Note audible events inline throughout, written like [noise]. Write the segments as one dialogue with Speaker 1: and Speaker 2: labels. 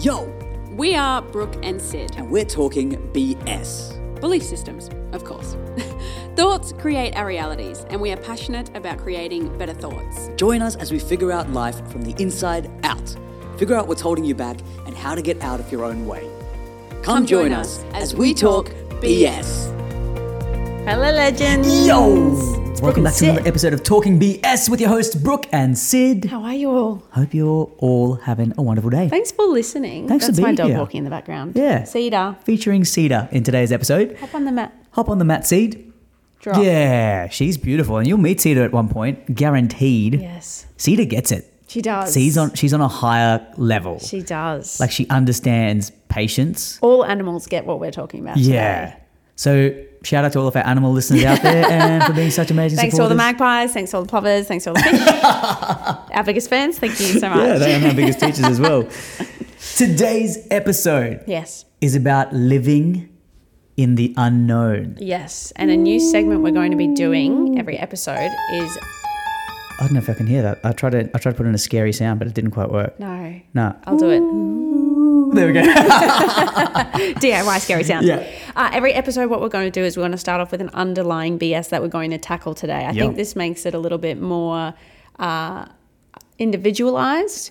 Speaker 1: Yo,
Speaker 2: We are Brooke and Sid.
Speaker 1: and we're talking BS.
Speaker 2: Belief systems, of course. [laughs] thoughts create our realities, and we are passionate about creating better thoughts.
Speaker 1: Join us as we figure out life from the inside out. Figure out what's holding you back and how to get out of your own way. Come, join, us as we talk BS.
Speaker 3: Hello, legends.
Speaker 1: Yo!
Speaker 3: Brooke
Speaker 1: Welcome
Speaker 3: and
Speaker 1: back to
Speaker 3: Sid.
Speaker 1: another episode of Talking BS with your hosts Brooke and Sid.
Speaker 3: How are you all?
Speaker 1: Hope you're all having a wonderful day.
Speaker 3: Thanks for listening.
Speaker 1: Thanks for
Speaker 3: That's my
Speaker 1: being
Speaker 3: dog
Speaker 1: here.
Speaker 3: walking in the background.
Speaker 1: Yeah.
Speaker 3: Cedar,
Speaker 1: Featuring Cedar in today's episode.
Speaker 3: hop on the mat.
Speaker 1: Hop on the mat seed.
Speaker 3: Drop.
Speaker 1: Yeah, she's beautiful, and you'll meet Cedar at one point, guaranteed.
Speaker 3: Yes,
Speaker 1: Cedar gets it.
Speaker 3: she does.
Speaker 1: She's on. She's on a higher level.
Speaker 3: She does.
Speaker 1: like she understands patience.
Speaker 3: all animals get what we're talking about.
Speaker 1: Yeah.
Speaker 3: today.
Speaker 1: So shout out to all of our animal listeners out [laughs] there and for being such amazing.
Speaker 3: Thanks to all
Speaker 1: supporters.
Speaker 3: the magpies. Thanks to all the plovers.
Speaker 1: [laughs]
Speaker 3: Thanks to all the fish. Our biggest fans. Thank you so much.
Speaker 1: Yeah, they are my biggest teachers as well. [laughs] Today's episode
Speaker 3: yes.
Speaker 1: is about living in the unknown.
Speaker 3: Yes. And a new segment we're going to be doing every episode is
Speaker 1: I don't know if I can hear that. I tried to. I tried to put in a scary sound, but it didn't quite work.
Speaker 3: no.
Speaker 1: No.
Speaker 3: I'll do it.
Speaker 1: There we go.
Speaker 3: DIY scary sound.
Speaker 1: Yeah.
Speaker 3: Uh, every episode, what we're going to do is we're going to start off with an underlying BS that we're going to tackle today. I
Speaker 1: Yeah.
Speaker 3: think this makes it a little bit more uh, individualized.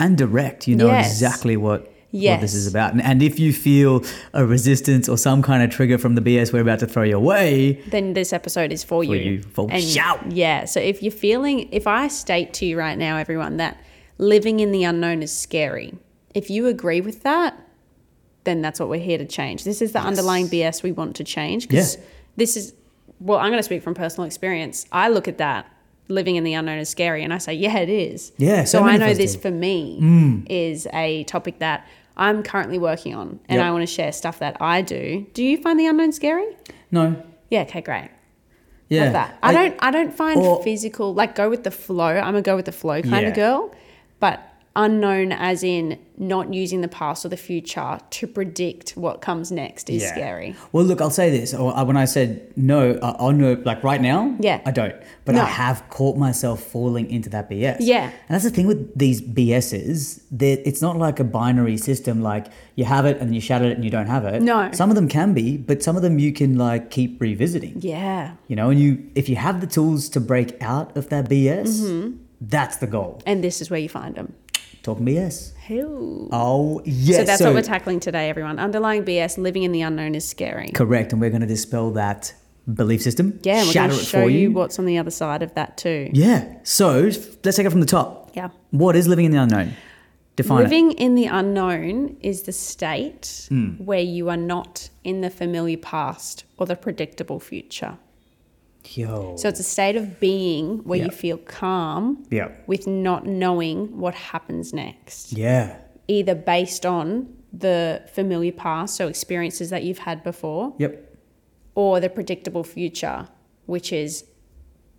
Speaker 1: [laughs] and direct. You know
Speaker 3: Yes.
Speaker 1: exactly what. What this
Speaker 3: Yes.
Speaker 1: is about, and, and if you feel a resistance or some kind of trigger from the BS we're about to throw your way,
Speaker 3: Then this episode is for, you.
Speaker 1: you, for
Speaker 3: and
Speaker 1: shout.
Speaker 3: Yeah. So if you're feeling, if I state to you right now, everyone, that living in the unknown is scary, if you agree with that, then that's what we're here to change. This is the underlying BS we want to change because
Speaker 1: Yeah.
Speaker 3: this is, well, I'm going to speak from personal experience. I look at that living in the unknown is scary and I say, yeah, it is.
Speaker 1: Yeah, so Mm.
Speaker 3: So, I
Speaker 1: many of
Speaker 3: know
Speaker 1: us
Speaker 3: this
Speaker 1: do.
Speaker 3: for me is a topic that I'm currently working on and
Speaker 1: Yep.
Speaker 3: I want to share stuff that I do. Do you find the unknown scary?
Speaker 1: no,
Speaker 3: Yeah, okay, great.
Speaker 1: yeah,
Speaker 3: Love that. I, don't I don't find
Speaker 1: or-
Speaker 3: physical like go with the flow. I'm a go with the flow kind
Speaker 1: Yeah.
Speaker 3: of girl. But unknown as in not using the past or the future to predict what comes next is
Speaker 1: Yeah.
Speaker 3: scary.
Speaker 1: Well, look, I'll say this. Or, uh, When I said no, I- I'll know, like right now,
Speaker 3: Yeah.
Speaker 1: I don't. But I
Speaker 3: No.
Speaker 1: have caught myself falling into that BS.
Speaker 3: Yeah.
Speaker 1: And that's the thing with these BSs, that it's not like a binary system, like you have it and then you shatter it and you don't have it.
Speaker 3: No.
Speaker 1: Some of them can be, but some of them you can like keep revisiting.
Speaker 3: Yeah.
Speaker 1: You know, and you if you have the tools to break out of that BS,
Speaker 3: Mm-hmm.
Speaker 1: that's the goal.
Speaker 3: And this is where you find them.
Speaker 1: Talking BS.
Speaker 3: Hell.
Speaker 1: Oh yes.
Speaker 3: so that's what we're tackling today, everyone. Underlying BS, living in the unknown is scary.
Speaker 1: Correct, and we're gonna dispel that belief system.
Speaker 3: Yeah, and we're going
Speaker 1: shatter
Speaker 3: to
Speaker 1: it
Speaker 3: show
Speaker 1: for
Speaker 3: you.
Speaker 1: you.
Speaker 3: what's on the other side of that too.
Speaker 1: Yeah. So let's take it from the top.
Speaker 3: Yeah.
Speaker 1: What is living in the unknown? Define it.
Speaker 3: Living in the unknown is the state
Speaker 1: Hmm.
Speaker 3: where you are not in the familiar past or the predictable future.
Speaker 1: Yo.
Speaker 3: So it's a state of being where
Speaker 1: Yeah.
Speaker 3: you feel calm
Speaker 1: yeah.
Speaker 3: with not knowing what happens next,
Speaker 1: Yeah.
Speaker 3: either based on the familiar past, so experiences that you've had before,
Speaker 1: Yep.
Speaker 3: or the predictable future, which is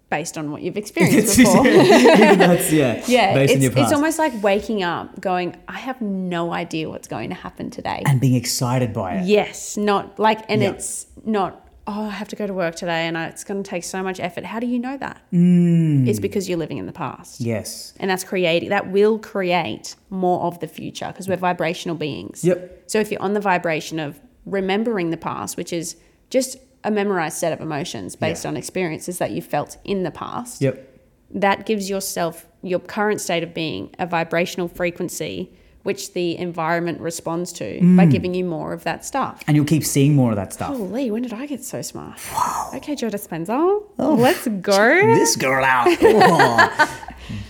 Speaker 3: based on what
Speaker 1: [laughs]
Speaker 3: you've experienced before.
Speaker 1: That's yeah.
Speaker 3: Yeah,
Speaker 1: Based on
Speaker 3: it's,
Speaker 1: your past.
Speaker 3: it's almost like waking up going, I have no idea what's going to happen today.
Speaker 1: and being excited by it.
Speaker 3: Yes, not like, and
Speaker 1: Yeah.
Speaker 3: it's not, oh, I have to go to work today and I- it's going to take so much effort. How do you know that?
Speaker 1: Mm.
Speaker 3: It's because you're living in the past.
Speaker 1: Yes.
Speaker 3: And that's creating, that will create more of the future because we're vibrational beings.
Speaker 1: Yep.
Speaker 3: So if you're on the vibration of remembering the past, which is just a memorized set of emotions based
Speaker 1: Yeah.
Speaker 3: on experiences that you felt in the past,
Speaker 1: Yep.
Speaker 3: that gives yourself your current state of being a vibrational frequency which the environment responds to by
Speaker 1: Mm.
Speaker 3: giving you more of that stuff.
Speaker 1: And you'll keep seeing more of that stuff.
Speaker 3: Holy, Oh, when did I get so smart? Okay, Joe Dispenza,
Speaker 1: Oh.
Speaker 3: let's go.
Speaker 1: This girl
Speaker 3: [laughs]
Speaker 1: out. Oh.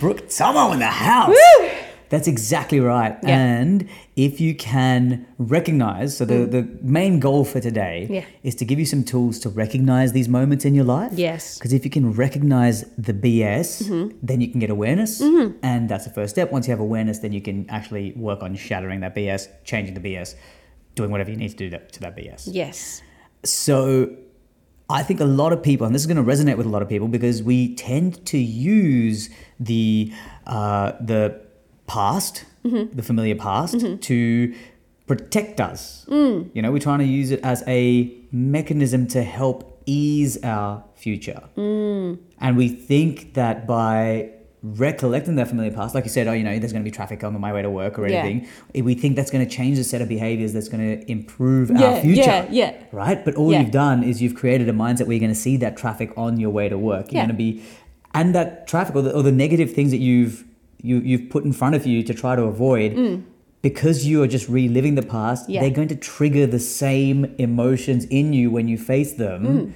Speaker 1: Brooke Tomo in the house. That's exactly right.
Speaker 3: Yeah.
Speaker 1: And if you can recognize, so the, the main goal for today
Speaker 3: Mm. Yeah.
Speaker 1: is to give you some tools to recognize these moments in your life.
Speaker 3: Yes. Mm-hmm.
Speaker 1: Because if you can recognize the BS, then you can get awareness. And that's the first step. Once you have awareness, then you can actually work on shattering that BS, changing the BS, doing whatever you need to do that, to that BS.
Speaker 3: Yes,
Speaker 1: So I think a lot of people, and this is going to resonate with a lot of people, because we tend to use the uh, the past,
Speaker 3: Mm-hmm.
Speaker 1: the familiar past, to protect us.
Speaker 3: Mm.
Speaker 1: You know, we're trying to use it as a mechanism to
Speaker 3: Mm.
Speaker 1: help ease our future, and we think that by recollecting their familiar past, like you said, oh, you know, there's going to be traffic on my way to work or
Speaker 3: Yeah.
Speaker 1: anything, if we think that's going to change the set of behaviors that's going to improve
Speaker 3: Yeah,
Speaker 1: our future.
Speaker 3: yeah, yeah.
Speaker 1: Right? But all
Speaker 3: Yeah.
Speaker 1: you've done is you've created a mindset where you're going to see that traffic on your way to work. You're
Speaker 3: Yeah.
Speaker 1: going to be, and that traffic or the, or the negative things that you've you, you've put in front of you to try to avoid. Because you are just reliving the past,
Speaker 3: Yeah.
Speaker 1: they're going to trigger the same emotions in you when you face them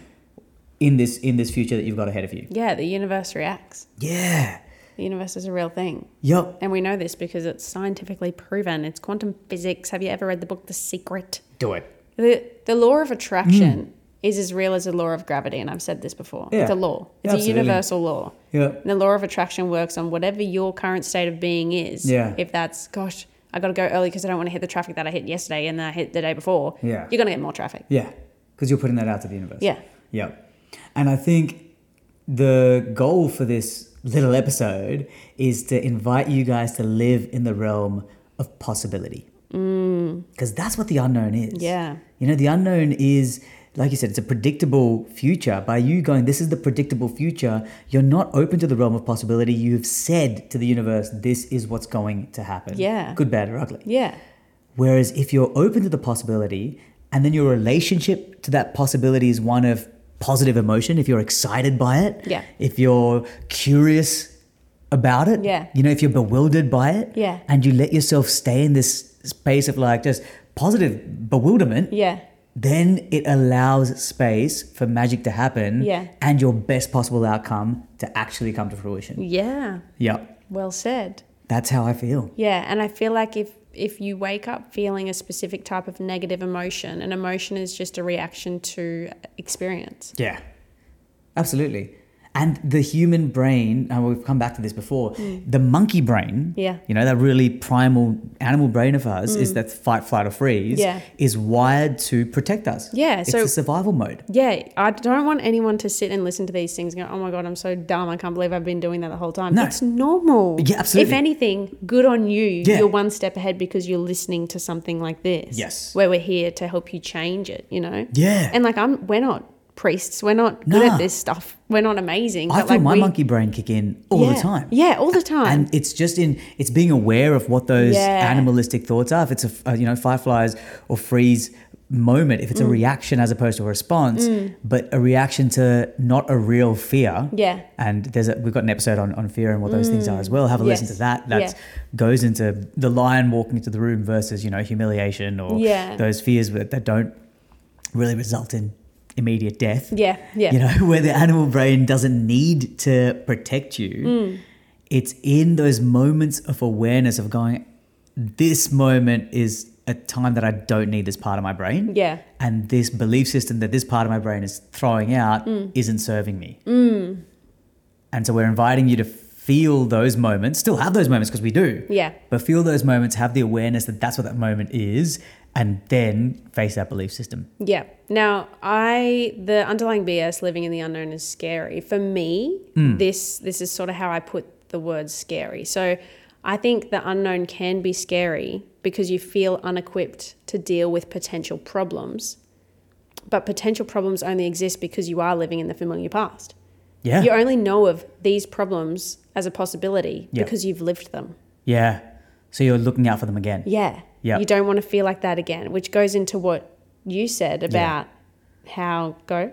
Speaker 1: in this in this future that you've got ahead of you.
Speaker 3: Yeah, the universe reacts.
Speaker 1: Yeah.
Speaker 3: The universe is a real thing.
Speaker 1: Yup.
Speaker 3: And we know this because it's scientifically proven. It's quantum physics. Have you ever read the book The Secret?
Speaker 1: Do it.
Speaker 3: The the law of attraction is as real as the law of gravity, and I've said this before. It's a
Speaker 1: Mm. Yeah.
Speaker 3: law. It's a
Speaker 1: Absolutely.
Speaker 3: universal law.
Speaker 1: Yeah.
Speaker 3: And the law of attraction works on whatever your current state of being is.
Speaker 1: Yeah.
Speaker 3: If that's gosh, I got to go early because I don't want to hit the traffic that I hit yesterday and that I hit the day before.
Speaker 1: Yeah.
Speaker 3: You're gonna get more traffic.
Speaker 1: Yeah, because you're putting that out to the universe.
Speaker 3: Yeah.
Speaker 1: Yeah. And I think the goal for this little episode is to invite you guys to live in the realm of possibility. Because that's what the unknown is.
Speaker 3: Mm. Yeah.
Speaker 1: You know, the unknown is, like you said, it's a predictable future. By you going, this is the predictable future, you're not open to the realm of possibility. You've said to the universe, this is what's going to happen.
Speaker 3: Yeah.
Speaker 1: Good, bad, or ugly.
Speaker 3: Yeah.
Speaker 1: Whereas if you're open to the possibility and then your relationship to that possibility is one of positive emotion, if you're excited by it,
Speaker 3: Yeah.
Speaker 1: if you're curious about it,
Speaker 3: Yeah.
Speaker 1: you know, if you're bewildered by it,
Speaker 3: Yeah.
Speaker 1: and you let yourself stay in this space of like just positive bewilderment,
Speaker 3: Yeah.
Speaker 1: then it allows space for magic to happen
Speaker 3: Yeah.
Speaker 1: and your best possible outcome to actually come to fruition.
Speaker 3: Yeah.
Speaker 1: Yep.
Speaker 3: Well said.
Speaker 1: That's how I feel.
Speaker 3: Yeah, and I feel like if if you wake up feeling a specific type of negative emotion, an emotion is just a reaction to experience.
Speaker 1: Yeah, absolutely. And the human brain, and we've come back to this before, the monkey brain,
Speaker 3: Hmm. Yeah. Hmm.
Speaker 1: you know, that really primal animal brain of ours is that fight, flight, or freeze,
Speaker 3: Yeah.
Speaker 1: is wired to protect us.
Speaker 3: Yeah,
Speaker 1: It's
Speaker 3: so-
Speaker 1: the survival mode.
Speaker 3: Yeah, I don't want anyone to sit and listen to these things and go, "Oh my god, I'm so dumb. I can't believe I've been doing that the whole time."
Speaker 1: No.
Speaker 3: It's normal.
Speaker 1: Yeah, absolutely.
Speaker 3: If anything, good on you.
Speaker 1: Yeah.
Speaker 3: You're one step ahead because you're listening to something like this.
Speaker 1: Yes.
Speaker 3: Where we're here to help you change it, you know?
Speaker 1: Yeah.
Speaker 3: And like I'm we're not priests. We're not good
Speaker 1: Nah.
Speaker 3: at this stuff. We're not amazing.
Speaker 1: I
Speaker 3: but,
Speaker 1: feel
Speaker 3: like,
Speaker 1: my
Speaker 3: we-
Speaker 1: monkey brain kick in all
Speaker 3: Yeah.
Speaker 1: the time.
Speaker 3: Yeah, all the time.
Speaker 1: And it's just in it's being aware of what those
Speaker 3: Yeah.
Speaker 1: animalistic thoughts are. If it's a, f- a, you know five flies or freeze moment, if it's
Speaker 3: Mm.
Speaker 1: a reaction as opposed to a response, but a reaction to not a real fear.
Speaker 3: Yeah. Mm.
Speaker 1: And there's a, we've got an episode on, on fear and what those things are as well. Have a listen
Speaker 3: Yes.
Speaker 1: to that. That
Speaker 3: Yeah.
Speaker 1: goes into the lion walking into the room versus you know humiliation or
Speaker 3: Yeah.
Speaker 1: those fears that, that don't really result in immediate death
Speaker 3: yeah, yeah.
Speaker 1: you know, [laughs] where the animal brain doesn't need to protect you.
Speaker 3: Mm.
Speaker 1: It's in those moments of awareness of going, this moment is a time that I don't need this part of my brain.
Speaker 3: Yeah.
Speaker 1: And this belief system that this part of my brain is throwing out
Speaker 3: Mm.
Speaker 1: isn't serving me. And so we're inviting you to feel those moments, still have those moments because we do.
Speaker 3: Yeah.
Speaker 1: But feel those moments, have the awareness that that's what that moment is, and then face that belief system.
Speaker 3: Yeah. Now, I the underlying BS living in the unknown is scary. For me, this this is sort of how I put the word scary. So, I think the unknown can be scary because you feel unequipped to deal with potential problems. But potential problems only exist because you are living in the familiar past.
Speaker 1: Yeah.
Speaker 3: You only know of these problems as a possibility
Speaker 1: Yeah.
Speaker 3: because you've lived them.
Speaker 1: Yeah. So you're looking out for them again.
Speaker 3: Yeah.
Speaker 1: Yeah.
Speaker 3: You don't want to feel like that again, which goes into what you said about how go,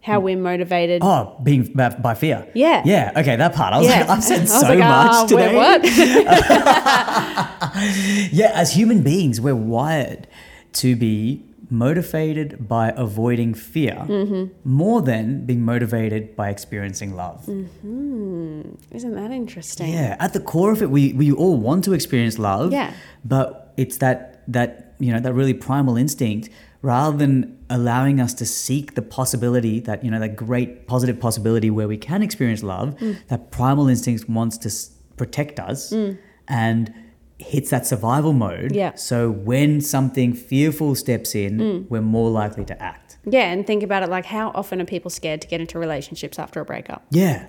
Speaker 3: how we're motivated.
Speaker 1: Oh, being by, by fear.
Speaker 3: Yeah.
Speaker 1: Yeah. Okay, that part. I was like, [laughs] I've
Speaker 3: [laughs] I
Speaker 1: said
Speaker 3: was
Speaker 1: so
Speaker 3: like,
Speaker 1: much
Speaker 3: "Ah, wait,
Speaker 1: today. [laughs]
Speaker 3: what?
Speaker 1: Yeah, as human beings, we're wired to be motivated by avoiding fear
Speaker 3: Mm-hmm.
Speaker 1: more than being motivated by experiencing love.
Speaker 3: Isn't that interesting?
Speaker 1: Yeah. At the core of it, we we all want to experience love.
Speaker 3: Yeah.
Speaker 1: But it's that that you know that really primal instinct rather than allowing us to seek the possibility that you know that great positive possibility where we can experience love
Speaker 3: Mm.
Speaker 1: that primal instinct wants to s- protect us and hits that survival mode
Speaker 3: Yeah. Mm.
Speaker 1: so when something fearful steps in we're more likely to act
Speaker 3: Yeah, and think about it like how often are people scared to get into relationships after a breakup?
Speaker 1: yeah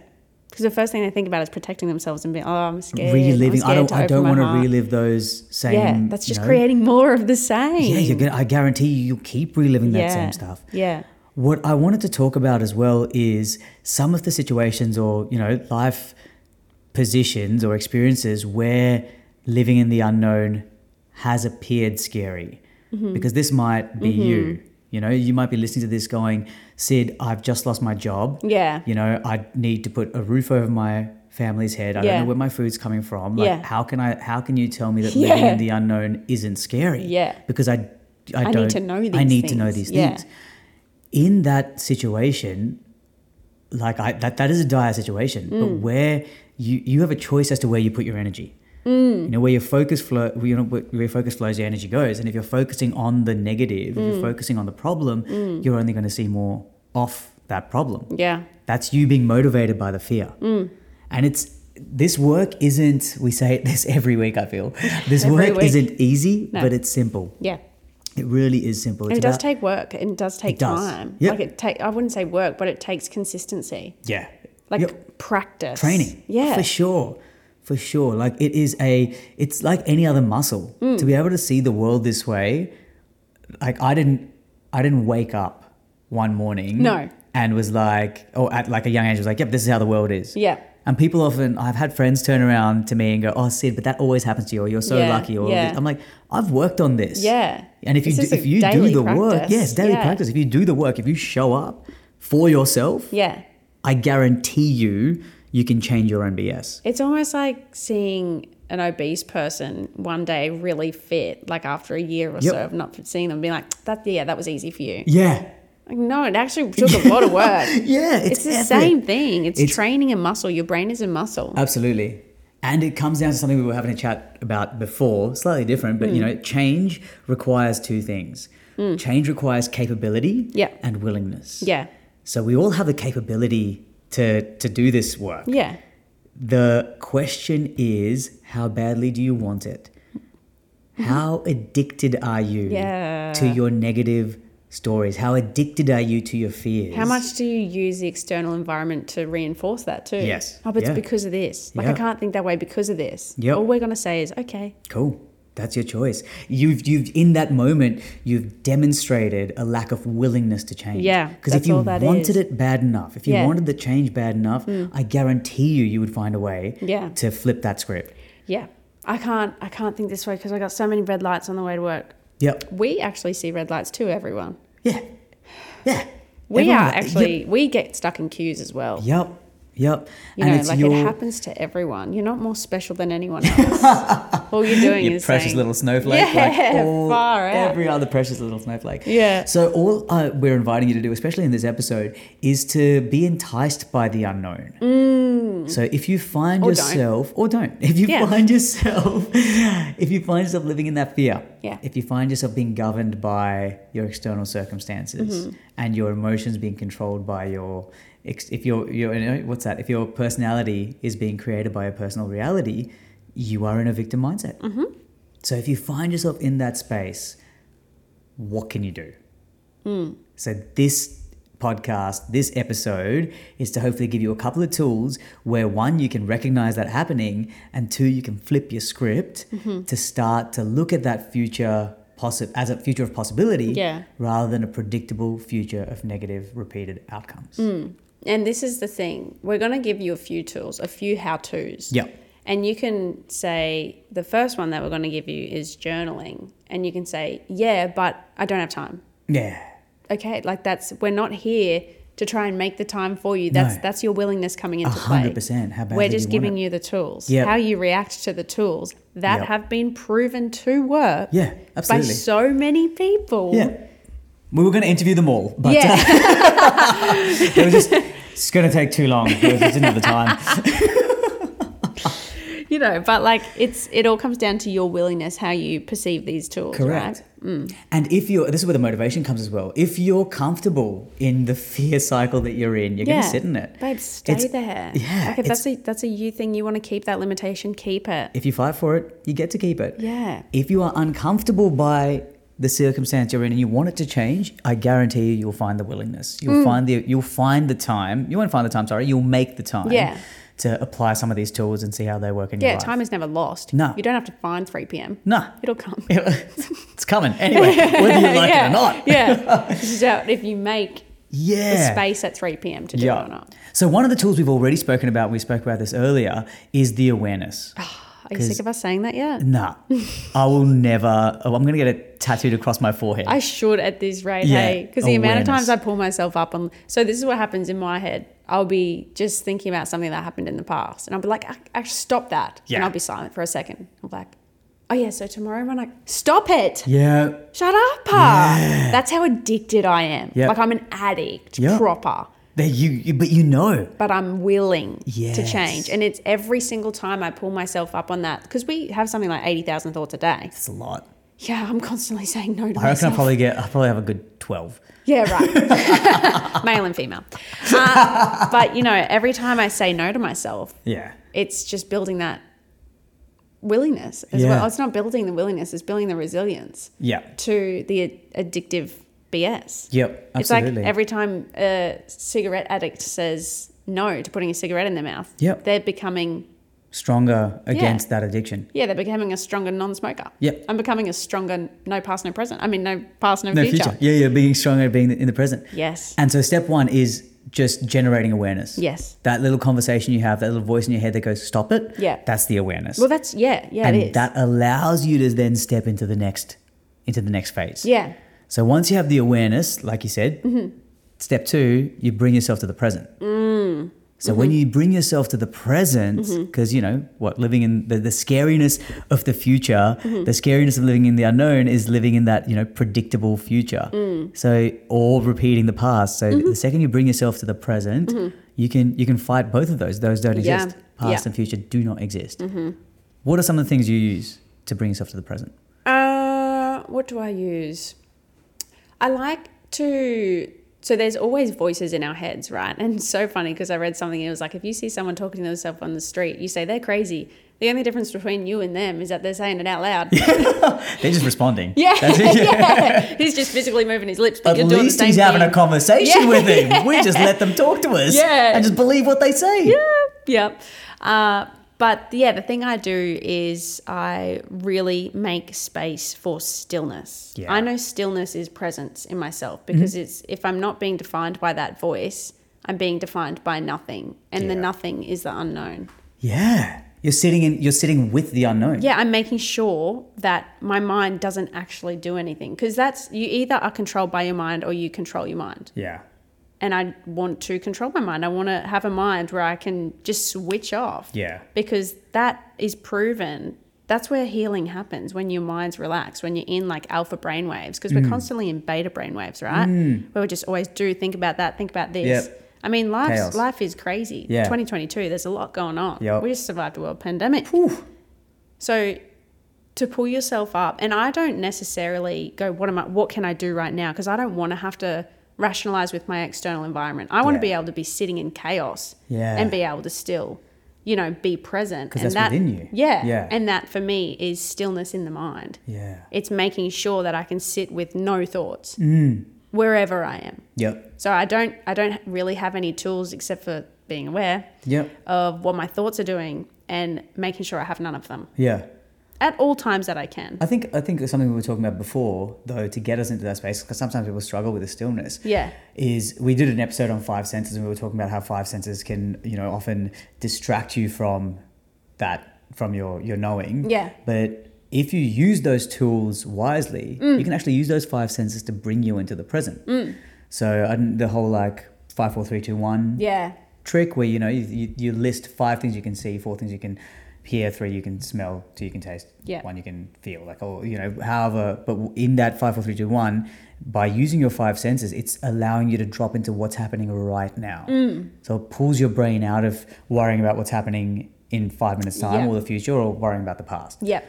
Speaker 3: Because the first thing they think about is protecting themselves and being, oh, I'm scared.
Speaker 1: reliving
Speaker 3: I'm
Speaker 1: i don't
Speaker 3: scared
Speaker 1: i
Speaker 3: to
Speaker 1: don't
Speaker 3: open my
Speaker 1: want to
Speaker 3: heart."
Speaker 1: relive those same
Speaker 3: Yeah, that's
Speaker 1: you
Speaker 3: just
Speaker 1: know,
Speaker 3: creating more of the same.
Speaker 1: Yeah, you're gonna, I guarantee you, you'll keep reliving that
Speaker 3: Yeah.
Speaker 1: same stuff.
Speaker 3: Yeah.
Speaker 1: What I wanted to talk about as well is some of the situations or, you know, life positions or experiences where living in the unknown has appeared scary because this might be you. You know, you might be listening to this going, Sid, I've just lost my job.
Speaker 3: Yeah.
Speaker 1: You know, I need to put a roof over my family's head. I
Speaker 3: Yeah.
Speaker 1: don't know where my food's coming from. Like,
Speaker 3: Yeah.
Speaker 1: how can I, how can you tell me that
Speaker 3: [laughs] Yeah.
Speaker 1: living in the unknown isn't scary?
Speaker 3: Yeah.
Speaker 1: Because I, I
Speaker 3: I
Speaker 1: don't,
Speaker 3: need to know these
Speaker 1: I need to know
Speaker 3: things.
Speaker 1: these
Speaker 3: Yeah.
Speaker 1: things. In that situation, like I, that, that is a dire situation, but
Speaker 3: Mm.
Speaker 1: where you, you have a choice as to where you put your energy.
Speaker 3: Mm.
Speaker 1: You know, where your focus flow, where, you know, where your focus flows, your energy goes. And if you're focusing on the negative, if you're
Speaker 3: Mm.
Speaker 1: focusing on the problem, you're only going to see more off that problem.
Speaker 3: Yeah.
Speaker 1: That's you being motivated by the fear.
Speaker 3: Mm.
Speaker 1: And it's this work isn't, we say [laughs] this every week, I feel. This
Speaker 3: Every
Speaker 1: work
Speaker 3: week.
Speaker 1: isn't easy,
Speaker 3: No.
Speaker 1: but it's simple.
Speaker 3: Yeah.
Speaker 1: It really is simple.
Speaker 3: And
Speaker 1: It's
Speaker 3: it does
Speaker 1: about-
Speaker 3: take work and it does take
Speaker 1: does.
Speaker 3: time.
Speaker 1: Yep.
Speaker 3: Like it take I wouldn't say work, but it takes consistency.
Speaker 1: yeah.
Speaker 3: Like
Speaker 1: Yep.
Speaker 3: practice.
Speaker 1: training. Oh,
Speaker 3: Yeah.
Speaker 1: For sure. For sure. Like it is a it's like any other muscle.
Speaker 3: Mm.
Speaker 1: To be able to see the world this way, like I didn't I didn't wake up one morning
Speaker 3: No.
Speaker 1: and was like or at like a young age was like, Yep, this is how the world is.
Speaker 3: Yeah.
Speaker 1: And people often, I've had friends turn around to me and go, "Oh, Sid, but that always happens to you. Or you're so
Speaker 3: Yeah,
Speaker 1: lucky." Or
Speaker 3: yeah.
Speaker 1: I'm like, "I've worked on this."
Speaker 3: Yeah.
Speaker 1: And if you
Speaker 3: This
Speaker 1: do,
Speaker 3: is a
Speaker 1: if you do
Speaker 3: daily
Speaker 1: the work,
Speaker 3: practice.
Speaker 1: yes, daily
Speaker 3: Yeah.
Speaker 1: practice. If you do the work, if you show up for yourself,
Speaker 3: Yeah.
Speaker 1: I guarantee you, you can change your own BS.
Speaker 3: It's almost like seeing an obese person one day really fit, like after a year or
Speaker 1: Yep.
Speaker 3: so of not seeing them, being like, "That yeah, that was easy for you."
Speaker 1: Yeah,
Speaker 3: Like, no, it actually took a lot of work.
Speaker 1: [laughs] yeah,
Speaker 3: It's, the
Speaker 1: effort.
Speaker 3: same thing. It's,
Speaker 1: It's- Uh,
Speaker 3: training a muscle. Your brain is a muscle.
Speaker 1: Absolutely. And it comes down to something we were having a chat about before, slightly different, but you
Speaker 3: Hmm.
Speaker 1: know, change requires two things. Change requires capability
Speaker 3: Yeah.
Speaker 1: and willingness.
Speaker 3: yeah.
Speaker 1: So we all have the capability to to do this work.
Speaker 3: Yeah.
Speaker 1: The question is, how badly do you want it? How addicted are you
Speaker 3: Mm-hmm. Yeah.
Speaker 1: to your negative stories? How addicted are you to your fears?
Speaker 3: How much do you use the external environment to reinforce that too?
Speaker 1: Yes.
Speaker 3: Oh, but
Speaker 1: Yeah.
Speaker 3: it's because of this. Like I
Speaker 1: Yeah.
Speaker 3: can't think that way because of this.
Speaker 1: Yep.
Speaker 3: All we're gonna say is okay.
Speaker 1: Cool. That's your choice. You've you've in that moment you've demonstrated a lack of willingness to change.
Speaker 3: Yeah,
Speaker 1: Because if
Speaker 3: that's
Speaker 1: you
Speaker 3: all that
Speaker 1: wanted
Speaker 3: is.
Speaker 1: it bad enough, if you
Speaker 3: Yeah. Mm.
Speaker 1: wanted the change bad enough, I guarantee you you would find a way
Speaker 3: Yeah.
Speaker 1: to flip that script.
Speaker 3: Yeah. I can't. I can't think this way because I got so many red lights on the way to work.
Speaker 1: Yep.
Speaker 3: We actually see red lights too. Everyone.
Speaker 1: Yeah. Yeah.
Speaker 3: We
Speaker 1: Everyone-
Speaker 3: are
Speaker 1: yep,
Speaker 3: actually. We get stuck in queues as well.
Speaker 1: Yep. Yep.
Speaker 3: You know, like it happens to everyone. You're not more special than anyone else.
Speaker 1: [laughs]
Speaker 3: all you're doing
Speaker 1: your
Speaker 3: is
Speaker 1: precious
Speaker 3: saying,
Speaker 1: little snowflake.
Speaker 3: [laughs] Yeah,
Speaker 1: like all,
Speaker 3: far out.
Speaker 1: Every other precious little snowflake.
Speaker 3: Yeah.
Speaker 1: So all uh, we're inviting you to do, especially in this episode, is to be enticed by the unknown. So if you find
Speaker 3: Mm. Or don't.
Speaker 1: yourself, or don't, if you
Speaker 3: Yeah.
Speaker 1: find [laughs] yourself, if you find yourself living in that fear,
Speaker 3: Yeah.
Speaker 1: if you find yourself being governed by your external circumstances and your emotions being controlled by your, ex- if your your you know, what's that? If your personality is being created by your personal reality, you are in a victim mindset. So if you find yourself in that space, what can you do? So this podcast, this episode is to hopefully give you a couple of tools where one you can recognize that happening and two you can flip your script to start to look at that future possi- as a future of possibility
Speaker 3: Yeah.
Speaker 1: rather than a predictable future of negative repeated outcomes.
Speaker 3: And this is the thing. We're going to give you a few tools, a few how to's.
Speaker 1: Yeah.
Speaker 3: And you can say, the first one that we're going to give you is journaling. And you can say, yeah, but I don't have time.
Speaker 1: Yeah.
Speaker 3: Okay. Like that's, we're not here to try and make the time for you. That's,
Speaker 1: No.
Speaker 3: that's your willingness coming into play.
Speaker 1: 100%. How badly
Speaker 3: We're
Speaker 1: do
Speaker 3: just
Speaker 1: you want
Speaker 3: giving
Speaker 1: it?
Speaker 3: you the tools.
Speaker 1: Yep.
Speaker 3: How you react to the tools that
Speaker 1: Yep.
Speaker 3: have been proven to work
Speaker 1: Yeah,
Speaker 3: by
Speaker 1: absolutely.
Speaker 3: so many people.
Speaker 1: yeah. We were going to interview them all, but uh, [laughs]
Speaker 3: Yeah.
Speaker 1: it was just it's going to take too long. It was just another
Speaker 3: [laughs]
Speaker 1: time.
Speaker 3: you know but like it's it all comes down to your willingness how you perceive these tools
Speaker 1: Correct.
Speaker 3: right Mm.
Speaker 1: And if you're, this is where the motivation comes as well. If you're comfortable in the fear cycle that you're in, you're going to sit in it.
Speaker 3: babe stay
Speaker 1: It's-
Speaker 3: there
Speaker 1: Yeah,
Speaker 3: like if
Speaker 1: it's-
Speaker 3: that's a that's a you thing you want to keep that limitation keep it
Speaker 1: If you fight for it, you get to keep it.
Speaker 3: yeah
Speaker 1: If you are uncomfortable by the circumstance you're in and you want it to change, I guarantee you, you'll find the willingness. You'll
Speaker 3: Mm.
Speaker 1: find the you'll find the time. You won't find the time. Sorry, you'll make the time.
Speaker 3: Yeah.
Speaker 1: To apply some of these tools and see how they work in
Speaker 3: yeah
Speaker 1: your life. [laughs]
Speaker 3: time is never lost
Speaker 1: No.
Speaker 3: you don't have to find 3 p.m
Speaker 1: Nah.
Speaker 3: it'll come [laughs]
Speaker 1: it's coming anyway, whether you like
Speaker 3: yeah
Speaker 1: it or not. [laughs]
Speaker 3: yeah It's just out if you make
Speaker 1: yeah.
Speaker 3: the space at 3 p.m. to do it or not.
Speaker 1: So one of the tools we've already spoken about, we spoke about this earlier, is the awareness.
Speaker 3: Are you sick
Speaker 1: 'Cause-
Speaker 3: of us saying that yet?
Speaker 1: Nah, I will never. Oh, I'm gonna get it tattooed across my forehead.
Speaker 3: I should at this rate,
Speaker 1: Yeah,
Speaker 3: hey, because the amount of
Speaker 1: awareness.
Speaker 3: times I pull myself up on. So this is what happens in my head. I'll be just thinking about something that happened in the past, and I'll be like, "Ah, "Actually, stop that,"
Speaker 1: Yeah.
Speaker 3: and I'll be silent for a second. I'm like, "Oh yeah, so tomorrow I'm like, stop it,
Speaker 1: yeah,
Speaker 3: shut up." ah." That's how addicted I am.
Speaker 1: Yep.
Speaker 3: Like I'm an addict,
Speaker 1: Yep.
Speaker 3: proper
Speaker 1: that you, you- but you know,
Speaker 3: but I'm willing to
Speaker 1: Yes.
Speaker 3: change. And it's every single time I pull myself up on that because we have something like 80,000 thoughts a day.
Speaker 1: it's a lot.
Speaker 3: Yeah, I'm constantly saying no to
Speaker 1: I reckon I
Speaker 3: myself.
Speaker 1: probably get. I probably have a good twelve.
Speaker 3: yeah, right. [laughs] Male and female. Uh, but, you know, every time I say no to myself,
Speaker 1: Yeah.
Speaker 3: it's just building that willingness as
Speaker 1: Yeah.
Speaker 3: well. It's not building the willingness, it's building the resilience
Speaker 1: Yeah.
Speaker 3: to the a- addictive BS.
Speaker 1: Yep.
Speaker 3: It's like
Speaker 1: Absolutely.
Speaker 3: every time a cigarette addict says no to putting a cigarette in their mouth,
Speaker 1: Yep.
Speaker 3: they're becoming
Speaker 1: Stronger against that addiction.
Speaker 3: Yeah, they're becoming a stronger non-smoker.
Speaker 1: Yep.
Speaker 3: I'm becoming a stronger no past, no present. I mean, no past, no,
Speaker 1: No
Speaker 3: future.
Speaker 1: future. Yeah, yeah. Being stronger, being in the present.
Speaker 3: Yes.
Speaker 1: And so step one is just generating awareness.
Speaker 3: Yes.
Speaker 1: That little conversation you have, that little voice in your head that goes, "Stop it."
Speaker 3: Yeah.
Speaker 1: That's the awareness.
Speaker 3: Well, that's yeah, yeah,
Speaker 1: and
Speaker 3: it is.
Speaker 1: that allows you to then step into the next, into the next phase.
Speaker 3: yeah,
Speaker 1: So once you have the awareness, like you said,
Speaker 3: Mm-hmm.
Speaker 1: step two, you bring yourself to the present.
Speaker 3: Mm.
Speaker 1: So when
Speaker 3: Mm-hmm.
Speaker 1: you bring yourself to the present, because you know what, living in the, the scariness of the future,
Speaker 3: Mm-hmm.
Speaker 1: the scariness of living in the unknown is living in that you know predictable future.
Speaker 3: Mm.
Speaker 1: So or repeating the past. So
Speaker 3: Mm-hmm.
Speaker 1: the second you bring yourself to the present, you can you can fight both of those. Those don't
Speaker 3: Yeah.
Speaker 1: exist. Past
Speaker 3: Yeah. Mm-hmm.
Speaker 1: and future do not exist. What are some of the things you use to bring yourself to the present?
Speaker 3: Uh, what do I use? I like to. So there's always voices in our heads, right? [laughs] And it's so funny because I read something. It was like if you see someone talking to themselves on the street, you say they're crazy. The only difference between you and them is that they're saying it out
Speaker 1: [laughs]
Speaker 3: loud.
Speaker 1: They're just responding.
Speaker 3: [laughs] Yeah,
Speaker 1: That's it.
Speaker 3: yeah. He's just physically moving his lips, but
Speaker 1: At
Speaker 3: you're doing the
Speaker 1: least
Speaker 3: same
Speaker 1: he's having
Speaker 3: thing.
Speaker 1: a conversation
Speaker 3: Yeah.
Speaker 1: with him. We just let them talk to us
Speaker 3: Yeah.
Speaker 1: and just believe what they say. Yeah.
Speaker 3: Yep. Uh, but yeah, the thing I do is I really make space for stillness.
Speaker 1: Yeah. Mm-hmm.
Speaker 3: I know stillness is presence in myself because it's if I'm not being defined by that voice, I'm being defined by nothing, and the
Speaker 1: Yeah.
Speaker 3: nothing is the unknown.
Speaker 1: You're sitting in you're sitting with the unknown.
Speaker 3: Yeah, I'm making sure that my mind doesn't actually do anything because that's you either are controlled by your mind or you control your mind.
Speaker 1: Yeah.
Speaker 3: and I want to control my mind. I want to have a mind where I can just switch off.
Speaker 1: Yeah.
Speaker 3: Because that is proven. That's where healing happens when your mind's relaxed, when you're in like alpha brainwaves, because
Speaker 1: Mm.
Speaker 3: we're constantly in beta brainwaves, right? Where we just always do think about that, think about this.
Speaker 1: Yep.
Speaker 3: I mean,
Speaker 1: Chaos.
Speaker 3: life's, life is crazy.
Speaker 1: Yeah.
Speaker 3: 2022, there's a lot going on.
Speaker 1: Yep.
Speaker 3: We just survived a world pandemic. So to pull yourself up and i don't necessarily go what am i what can i do right now because i don't want to have to rationalize with my external environment i want
Speaker 1: Yeah.
Speaker 3: to be able to be sitting in chaos
Speaker 1: Yeah.
Speaker 3: and be able to still you know be present
Speaker 1: 'Cause
Speaker 3: and
Speaker 1: that's within you.
Speaker 3: yeah
Speaker 1: Yeah.
Speaker 3: and that for me is stillness in the mind
Speaker 1: Yeah.
Speaker 3: it's making sure that i can sit with no thoughts
Speaker 1: Mm.
Speaker 3: wherever i am
Speaker 1: Yep.
Speaker 3: so i don't i don't really have any tools except for being aware
Speaker 1: Yep.
Speaker 3: of what my thoughts are doing and making sure i have none of them
Speaker 1: Yeah.
Speaker 3: at all times that i can
Speaker 1: I think I think it's something we were talking about before, though, to get us into that space, because sometimes people struggle with the stillness.
Speaker 3: Yeah.
Speaker 1: Is we did an episode on five senses, and we were talking about how five senses can, you know, often distract you from that, from your your knowing.
Speaker 3: Yeah.
Speaker 1: But if you use those tools wisely,
Speaker 3: Mm.
Speaker 1: you can actually use those five senses to bring you into the present. So I, didn't- the whole like five, four, three, two, one
Speaker 3: yeah
Speaker 1: trick where you know you, you, you list five things you can see four things you can hear three you can smell two you can taste
Speaker 3: Yeah.
Speaker 1: one you can feel like or you know however but in that five four three two one by using your five senses it's allowing you to drop into what's happening right now
Speaker 3: Mm.
Speaker 1: so it pulls your brain out of worrying about what's happening in five minutes time
Speaker 3: Yeah.
Speaker 1: or the future or worrying about the past
Speaker 3: Yep.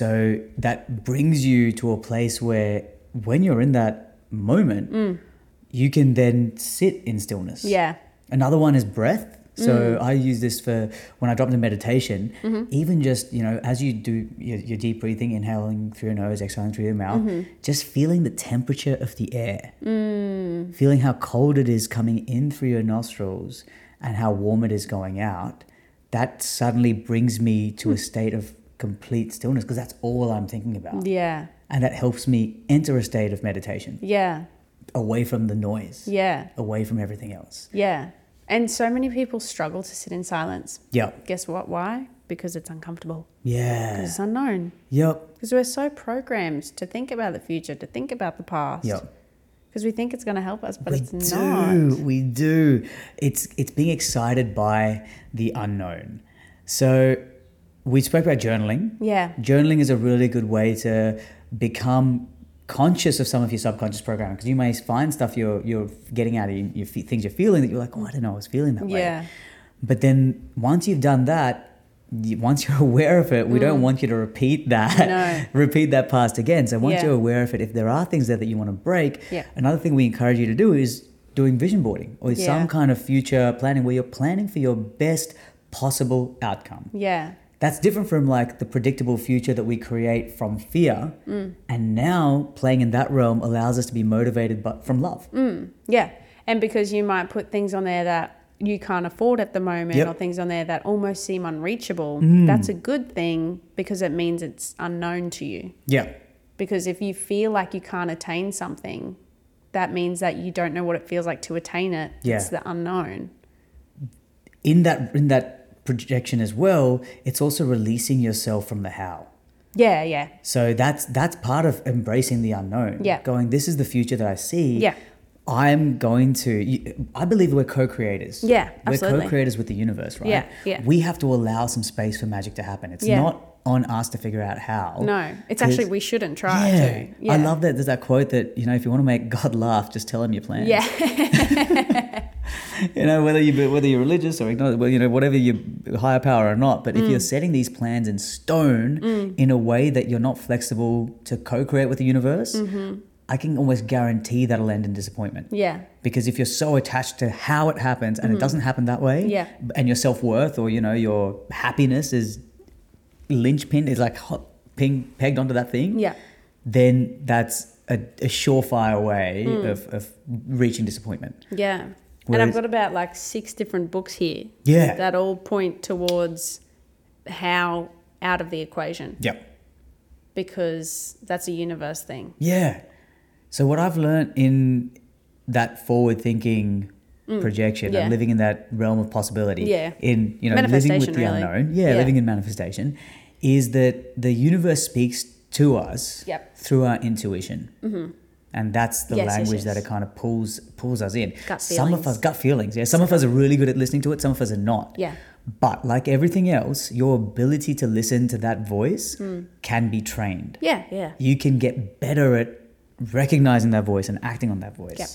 Speaker 1: so that brings you to a place where when you're in that moment you can then sit in stillness
Speaker 3: Mm. Yeah.
Speaker 1: Another one is breath. So I use this for when I drop into meditation. Even just you know, as you do your, your deep breathing, inhaling through your nose, exhaling through your mouth, just feeling the temperature of the air, feeling how cold it is coming in through your nostrils and how warm it is going out. That suddenly brings me to a state of complete stillness because that's all I'm thinking about,
Speaker 3: Yeah.
Speaker 1: and that helps me enter a state of meditation
Speaker 3: Yeah.
Speaker 1: away from the noise,
Speaker 3: Yeah.
Speaker 1: away from everything else.
Speaker 3: Yeah. And so many people struggle to sit in silence.
Speaker 1: Yep.
Speaker 3: Guess what? Why? Because it's uncomfortable.
Speaker 1: Yeah.
Speaker 3: It's unknown.
Speaker 1: Yep.
Speaker 3: Because we're so programmed to think about the future, to think about the past.
Speaker 1: Yep.
Speaker 3: Because we think it's going to help us, but it's
Speaker 1: do.
Speaker 3: not.
Speaker 1: We do. It's it's being excited by the unknown. So we spoke about journaling.
Speaker 3: Yeah.
Speaker 1: Journaling is a really good way to become conscious of some of your subconscious programming because you may find stuff you're you're getting out of you, you fe- things you're feeling that you're like, oh, I don't know, I was feeling that way.
Speaker 3: Yeah.
Speaker 1: But then once you've done that, you- once you're [laughs] aware of it, we don't want you to repeat that,
Speaker 3: Mm.
Speaker 1: [laughs]
Speaker 3: No.
Speaker 1: repeat that past again. So once
Speaker 3: Yeah.
Speaker 1: you're aware of it, if there are things there that you want to break,
Speaker 3: Yeah.
Speaker 1: another thing we encourage you to do is doing vision boarding or
Speaker 3: Yeah.
Speaker 1: some kind of future planning where you're planning for your best possible outcome.
Speaker 3: Yeah.
Speaker 1: That's different from like the predictable future that we create from fear.
Speaker 3: Mm.
Speaker 1: And now playing in that realm allows us to be motivated but from love.
Speaker 3: Mm. Yeah. And because you might put things on there that you can't afford at the moment
Speaker 1: Yep. Mm.
Speaker 3: or things on there that almost seem unreachable, that's a good thing because it means it's unknown to you.
Speaker 1: Yeah.
Speaker 3: Because if you feel like you can't attain something, that means that you don't know what it feels like to attain it.
Speaker 1: Yeah.
Speaker 3: It's the unknown.
Speaker 1: in that in that projection as well, it's also releasing yourself from the how.
Speaker 3: Yeah, yeah.
Speaker 1: So that's that's part of embracing the unknown.
Speaker 3: Yeah.
Speaker 1: Going, this is the future that I see.
Speaker 3: Yeah.
Speaker 1: I'm going to. you- I believe we're co-creators.
Speaker 3: Yeah,
Speaker 1: we're
Speaker 3: absolutely.
Speaker 1: co-creators with the universe, right?
Speaker 3: Yeah, yeah.
Speaker 1: We have to allow some space for magic to happen. It's
Speaker 3: Yeah.
Speaker 1: not on us to figure out how.
Speaker 3: No, it's
Speaker 1: 'Cause-
Speaker 3: actually, we shouldn't try
Speaker 1: yeah.
Speaker 3: to. Yeah.
Speaker 1: I love that. There's that quote that you know, if you want to make God laugh, just tell him your plan.
Speaker 3: Yeah. [laughs]
Speaker 1: you know whether you whether you're religious or ignore well, you know whatever your higher power or not but if
Speaker 3: Mm.
Speaker 1: you're setting these plans in stone in a way that you're not flexible to co-create with the universe
Speaker 3: Mm-hmm.
Speaker 1: i can almost guarantee that'll end in disappointment
Speaker 3: yeah.
Speaker 1: because if you're so attached to how it happens and it doesn't happen that way
Speaker 3: Mm-hmm. Yeah.
Speaker 1: and your self-worth or you know your happiness is linchpin is like hot ping pegged onto that thing
Speaker 3: Yeah.
Speaker 1: then that's a, a surefire way
Speaker 3: Mm.
Speaker 1: of, of reaching disappointment
Speaker 3: Yeah. and
Speaker 1: Whereas-
Speaker 3: I've got about like six different books here
Speaker 1: yeah
Speaker 3: that all point towards how out of the equation
Speaker 1: yep
Speaker 3: because that's a universe thing.
Speaker 1: Yeah. So what I've learned in that forward thinking projection
Speaker 3: Mm. yeah.
Speaker 1: and living in that realm of possibility,
Speaker 3: Yeah.
Speaker 1: in you know living with
Speaker 3: Manifestation,
Speaker 1: the
Speaker 3: really.
Speaker 1: unknown, yeah,
Speaker 3: Yeah.
Speaker 1: living in manifestation, is that the universe speaks to us
Speaker 3: Yep.
Speaker 1: through our intuition. Mm-hmm. And that's the
Speaker 3: Yes, yes,
Speaker 1: language that
Speaker 3: yes.
Speaker 1: it kind of pulls pulls us in.
Speaker 3: Gut
Speaker 1: some of
Speaker 3: feelings.
Speaker 1: us gut feelings, yeah. Some of us are really good at listening to it. Some of us are not.
Speaker 3: Yeah.
Speaker 1: But like everything else, your ability to listen to that voice
Speaker 3: Mm.
Speaker 1: can be trained
Speaker 3: Yeah, yeah.
Speaker 1: you can get better at recognizing that voice and acting on that voice.
Speaker 3: Yep.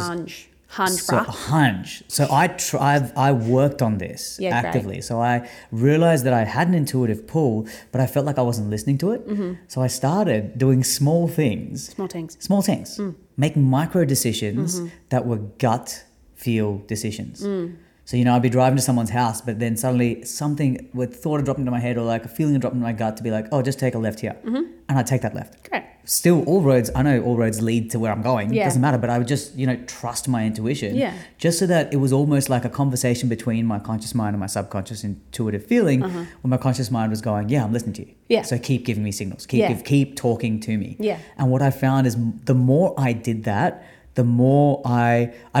Speaker 3: Hunch. Hunch,
Speaker 1: So
Speaker 3: bruh.
Speaker 1: hunch. So I try. I've, I worked on this
Speaker 3: Yeah, great.
Speaker 1: actively. So I realized that I had an intuitive pull, but I felt like I wasn't listening to it. So I started doing small things,
Speaker 3: Mm-hmm. Small things. Mm. Mm-hmm.
Speaker 1: small things, making micro decisions that were gut feel decisions.
Speaker 3: Mm.
Speaker 1: So you know, I'd be driving to someone's house, but then suddenly something with thought dropped into my head or like a feeling dropped into my gut to be like, oh, just take a left here,
Speaker 3: Mm-hmm.
Speaker 1: and I take that left
Speaker 3: Great.
Speaker 1: still all roads i know all roads lead to where i'm going it
Speaker 3: Yeah.
Speaker 1: doesn't matter but i would just you know trust my intuition
Speaker 3: Yeah.
Speaker 1: just so that it was almost like a conversation between my conscious mind and my subconscious intuitive feeling when my conscious mind was going yeah i'm listening to you
Speaker 3: Uh-huh. Yeah.
Speaker 1: so keep giving me signals keep
Speaker 3: Yeah.
Speaker 1: give, keep talking to me
Speaker 3: Yeah.
Speaker 1: and what i found is m- the more i did that the more i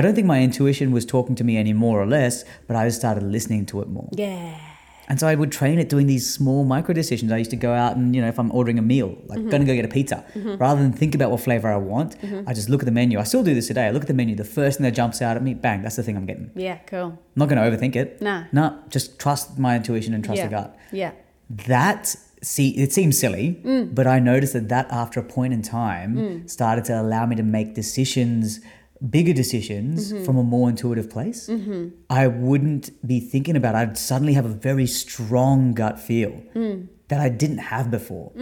Speaker 1: i don't think my intuition was talking to me any more or less but i just started listening to it more
Speaker 3: Yeah.
Speaker 1: and so I would train it doing these small micro decisions. I used to go out and, you know, if I'm ordering a meal, like
Speaker 3: Mm-hmm.
Speaker 1: gonna go get a pizza, rather than think about what flavor I want, I just look at the menu. I still do this today. I look at the menu, the first thing that jumps out at me, bang, that's the thing I'm getting.
Speaker 3: Yeah, cool.
Speaker 1: I'm not gonna overthink it.
Speaker 3: Nah.
Speaker 1: No, just trust my intuition and trust
Speaker 3: yeah.
Speaker 1: the gut.
Speaker 3: Yeah.
Speaker 1: That, see, it seems silly,
Speaker 3: Mm.
Speaker 1: but I noticed that that after a point in time started to allow me to make decisions, bigger decisions
Speaker 3: Mm-hmm.
Speaker 1: from a more intuitive place. I wouldn't be thinking about it. I'd suddenly have a very strong gut feel
Speaker 3: Mm.
Speaker 1: that I didn't have before.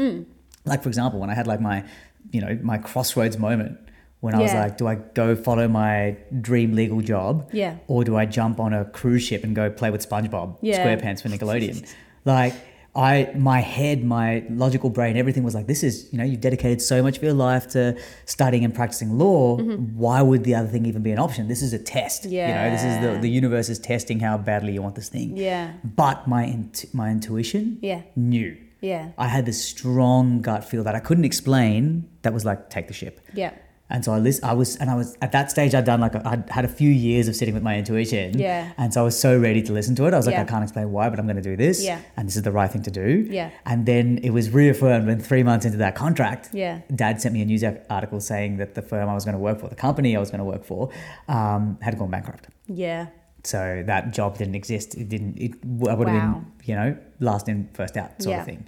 Speaker 1: Like, for example, when I had like my, you know, my crossroads moment when I was
Speaker 3: Yeah.
Speaker 1: like, do I go follow my dream legal job?
Speaker 3: Yeah.
Speaker 1: Or do I jump on a cruise ship and go play with SpongeBob
Speaker 3: Yeah.
Speaker 1: SquarePants for Nickelodeon? like I my head, my logical brain, everything was like, this is, you know, you've dedicated so much of your life to studying and practicing law.
Speaker 3: Mm-hmm.
Speaker 1: Why would the other thing even be an option? This is a test. You know, this is the,
Speaker 3: Yeah.
Speaker 1: the universe is testing how badly you want this thing.
Speaker 3: Yeah.
Speaker 1: But my int- my intuition
Speaker 3: Yeah.
Speaker 1: knew.
Speaker 3: Yeah.
Speaker 1: I had this strong gut feel that I couldn't explain that was like, take the ship.
Speaker 3: Yeah.
Speaker 1: And so I list, I was, and I was at that stage. I'd done like i I'd had a few years of sitting with my intuition,
Speaker 3: Yeah.
Speaker 1: And so I was so ready to listen to it. I was like,
Speaker 3: Yeah.
Speaker 1: I can't explain why, but I'm going to do this,
Speaker 3: Yeah.
Speaker 1: And this is the right thing to do,
Speaker 3: Yeah.
Speaker 1: And then it was reaffirmed when three months into that contract,
Speaker 3: Yeah.
Speaker 1: Dad sent me a news ar- article saying that the firm I was going to work for, the company I was going to work for, um, had gone bankrupt.
Speaker 3: Yeah.
Speaker 1: So that job didn't exist. It didn't. It, I would have
Speaker 3: Wow.
Speaker 1: been, you know, last in, first out sort
Speaker 3: Yeah.
Speaker 1: of thing.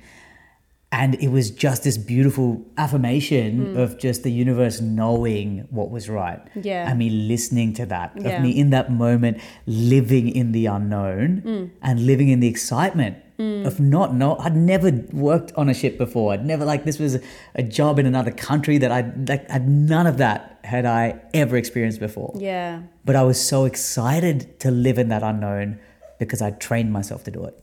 Speaker 1: And it was just this beautiful
Speaker 3: Hmm.
Speaker 1: affirmation of just the universe knowing what was right.
Speaker 3: Yeah.
Speaker 1: And me listening to that,
Speaker 3: Yeah.
Speaker 1: of me in that moment living in the unknown
Speaker 3: Hmm.
Speaker 1: and living in the excitement of not know. I'd never worked on a ship before. I'd never, like, this was a job in another country that I'd, like, I'd none of that had I ever experienced before.
Speaker 3: Yeah.
Speaker 1: But I was so excited to live in that unknown because I trained myself to do it.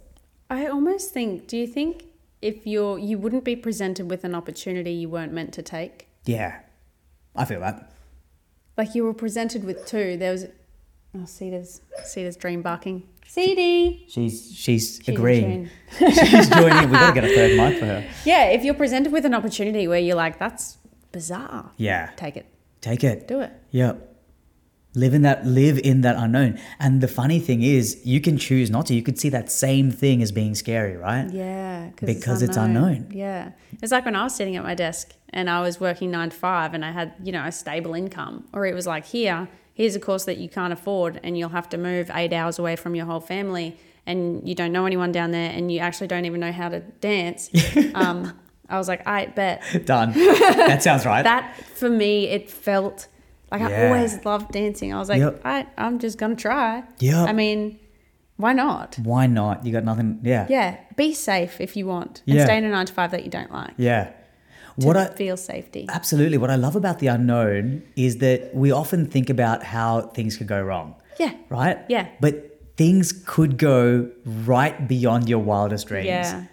Speaker 3: I almost think. Do you think if you're you wouldn't be presented with an opportunity you weren't meant to take?
Speaker 1: Yeah, I feel that.
Speaker 3: Like you were presented with two. There was. Oh, Cedar's Cedar's dream barking. CD.
Speaker 1: She's she's,
Speaker 3: She's
Speaker 1: agreeing. she's joining. We gotta get a third mic for her.
Speaker 3: Yeah. If you're presented with an opportunity where you're like, that's bizarre.
Speaker 1: [laughs] Yeah,
Speaker 3: Take it.
Speaker 1: take it.
Speaker 3: Do it.
Speaker 1: Yep. Live in that. Live in that unknown. And the funny thing is, you can choose not to. You could see that same thing as being scary, right?
Speaker 3: Yeah,
Speaker 1: Because it's unknown.
Speaker 3: Yeah, it's like when I was sitting at my desk and I was working nine to five, and I had you know a stable income, or it was like here, here's a course that you can't afford, and you'll have to move eight hours away from your whole family, and you don't know anyone down there, and you actually don't even know how to
Speaker 1: [laughs]
Speaker 3: dance. um, I was like, I bet
Speaker 1: Done. that sounds right.
Speaker 3: that for me, it felt like I
Speaker 1: Yeah.
Speaker 3: always loved dancing. I was like,
Speaker 1: Yep.
Speaker 3: I, I'm just gonna try.
Speaker 1: Yeah.
Speaker 3: I mean, why not?
Speaker 1: Why not? You got nothing. Yeah.
Speaker 3: Yeah, be safe if you want, and
Speaker 1: Yeah.
Speaker 3: stay in a nine to five that you don't like.
Speaker 1: Yeah. What I Ah,
Speaker 3: feel safety.
Speaker 1: Absolutely. What I love about the unknown is that we often think about how things could go wrong.
Speaker 3: Yeah.
Speaker 1: Right?
Speaker 3: Yeah.
Speaker 1: But things could go right beyond your wildest dreams.
Speaker 3: Yeah.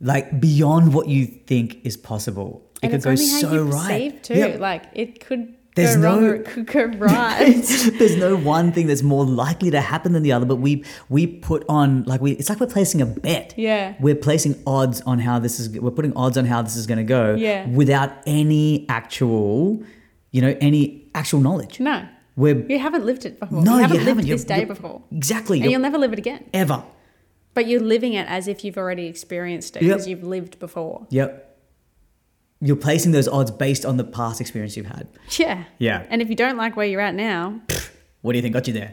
Speaker 1: Like beyond what you think is possible. It could
Speaker 3: it's
Speaker 1: go
Speaker 3: only how
Speaker 1: so
Speaker 3: you
Speaker 1: right.
Speaker 3: perceive too.
Speaker 1: Yeah.
Speaker 3: Like it could
Speaker 1: There's
Speaker 3: go wrong
Speaker 1: no-
Speaker 3: or it could go right.
Speaker 1: [laughs] There's no one thing that's more likely to happen than the other, but we we put on like we it's like we're placing a bet.
Speaker 3: Yeah.
Speaker 1: We're placing odds on how this is we're putting odds on how this is gonna go
Speaker 3: Yeah.
Speaker 1: without any actual you know, any actual knowledge.
Speaker 3: no.
Speaker 1: We're
Speaker 3: You haven't lived it before.
Speaker 1: No,
Speaker 3: you
Speaker 1: you
Speaker 3: haven't lived
Speaker 1: haven't. You're-
Speaker 3: this day
Speaker 1: you're-
Speaker 3: before.
Speaker 1: exactly
Speaker 3: And
Speaker 1: you're-
Speaker 3: you'll never live it again.
Speaker 1: ever.
Speaker 3: But you're living it as if you've already experienced it
Speaker 1: Yep.
Speaker 3: because you've lived before.
Speaker 1: Yep. You're placing those odds based on the past experience you've had.
Speaker 3: Yeah.
Speaker 1: Yeah.
Speaker 3: And if you don't like where you're at now,
Speaker 1: What do you think got you there?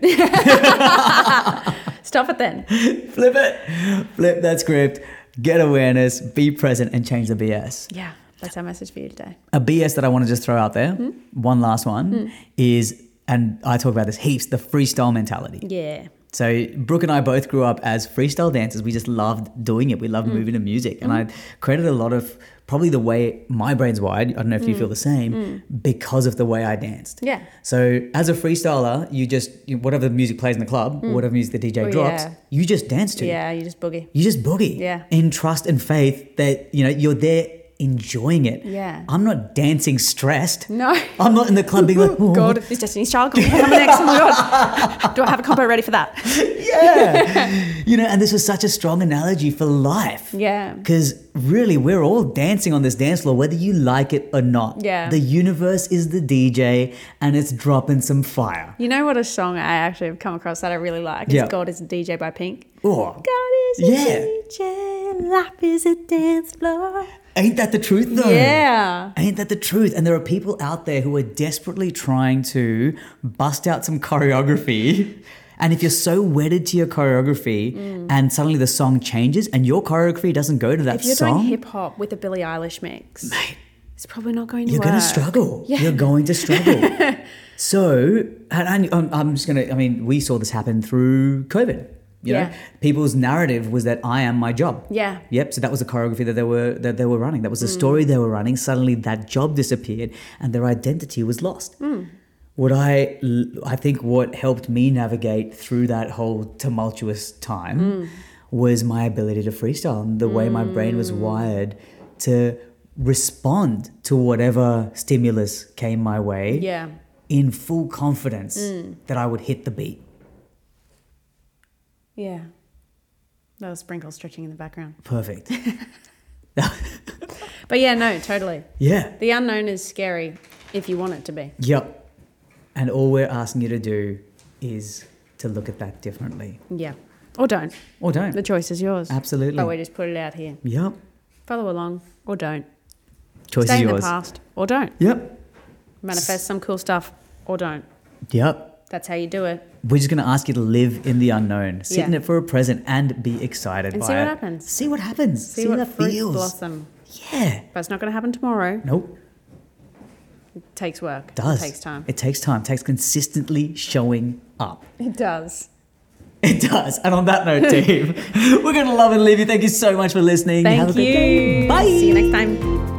Speaker 3: stop it then.
Speaker 1: Flip it. Flip that script. Get awareness, be present, and change the BS.
Speaker 3: Yeah. That's our message for you today.
Speaker 1: A BS that I want to just throw out there, one last one, is, and I talk about this heaps, the freestyle mentality.
Speaker 3: Yeah.
Speaker 1: So Brooke and I both grew up as freestyle dancers. We just loved doing it. We
Speaker 3: Mm.
Speaker 1: loved moving to music, and I credited a lot of probably the way my brain's wired. I don't know if you feel the same because of the way I danced.
Speaker 3: Mm. Yeah.
Speaker 1: So as a freestyler, you just you, whatever the music plays in the club, whatever music the DJ
Speaker 3: Oh,
Speaker 1: drops,
Speaker 3: yeah.
Speaker 1: you just dance to.
Speaker 3: Yeah. You just boogie.
Speaker 1: You just boogie.
Speaker 3: Yeah.
Speaker 1: In trust and faith that you know you're there enjoying it.
Speaker 3: Yeah.
Speaker 1: I'm not dancing stressed.
Speaker 3: No.
Speaker 1: I'm not in the club being like, oh,
Speaker 3: [laughs] God, this Destiny's Child coming coming next. Oh my
Speaker 1: [laughs]
Speaker 3: God. Do I have a combo ready for that? [laughs]
Speaker 1: yeah. you know, and this was such a strong analogy for life.
Speaker 3: Yeah.
Speaker 1: Because really, we're all dancing on this dance floor, whether you like it or not.
Speaker 3: Yeah.
Speaker 1: The universe is the DJ and it's dropping some fire.
Speaker 3: You know what a song I actually have come across that I really like? It's
Speaker 1: Yeah.
Speaker 3: God is a DJ by Pink.
Speaker 1: Oh,
Speaker 3: God is a
Speaker 1: Yeah.
Speaker 3: DJ, life is a dance floor.
Speaker 1: ain't that the truth though?
Speaker 3: Yeah.
Speaker 1: Ain't that the truth? And there are people out there who are desperately trying to bust out some choreography. And if you're so wedded to your choreography and suddenly the song changes and your choreography doesn't go to that
Speaker 3: Mm. If you're
Speaker 1: song,
Speaker 3: doing hip hop with a Billie Eilish mix, it's probably not going to
Speaker 1: You're
Speaker 3: work.
Speaker 1: going to struggle.
Speaker 3: Yeah.
Speaker 1: You're going to
Speaker 3: [laughs]
Speaker 1: struggle. so, and, and I'm, I'm just going to, I mean, we saw this happen through COVID. You
Speaker 3: Yeah.
Speaker 1: know, people's narrative was that I am my job.
Speaker 3: Yeah. Mm.
Speaker 1: Yep. So that was the choreography that they were that they were running. That was the story they were running. Suddenly, that job disappeared, and their identity was lost.
Speaker 3: Mm.
Speaker 1: What I I think what helped me navigate through that whole tumultuous time
Speaker 3: Hmm.
Speaker 1: was my ability to freestyle and the way my brain was
Speaker 3: Hmm.
Speaker 1: wired to respond to whatever stimulus came my way
Speaker 3: Yeah. Hmm.
Speaker 1: in full confidence that I would hit the beat.
Speaker 3: Yeah. That was sprinkle stretching in the background.
Speaker 1: Perfect.
Speaker 3: But yeah, no, totally.
Speaker 1: [laughs] Yeah.
Speaker 3: The unknown is scary if you want it to be.
Speaker 1: Yep. And all we're asking you to do is to look at that differently.
Speaker 3: Yeah. Or don't.
Speaker 1: Or don't.
Speaker 3: The choice is yours.
Speaker 1: Absolutely.
Speaker 3: But we just put it out here.
Speaker 1: Yep.
Speaker 3: Follow along or don't.
Speaker 1: Choice
Speaker 3: Stay
Speaker 1: is
Speaker 3: in
Speaker 1: yours.
Speaker 3: the past or don't.
Speaker 1: Yep.
Speaker 3: Manifest some cool stuff or don't.
Speaker 1: Yep.
Speaker 3: That's how you do it.
Speaker 1: We're just going to ask you to live in the unknown, sit
Speaker 3: Yeah.
Speaker 1: in it for a present, and be excited
Speaker 3: And
Speaker 1: by
Speaker 3: see what
Speaker 1: it.
Speaker 3: happens.
Speaker 1: See what happens.
Speaker 3: See,
Speaker 1: how
Speaker 3: what
Speaker 1: that
Speaker 3: fruits
Speaker 1: feels.
Speaker 3: blossom.
Speaker 1: Yeah.
Speaker 3: But it's not going to happen tomorrow.
Speaker 1: Nope.
Speaker 3: It takes work.
Speaker 1: Does
Speaker 3: It takes time.
Speaker 1: It takes time. It takes consistently showing up. [laughs]
Speaker 3: It does.
Speaker 1: It does. And on that
Speaker 3: [laughs]
Speaker 1: note, team, we're going to love and leave you. Thank you so much for listening.
Speaker 3: Thank
Speaker 1: Have a
Speaker 3: you.
Speaker 1: good day. Bye.
Speaker 3: See you next time.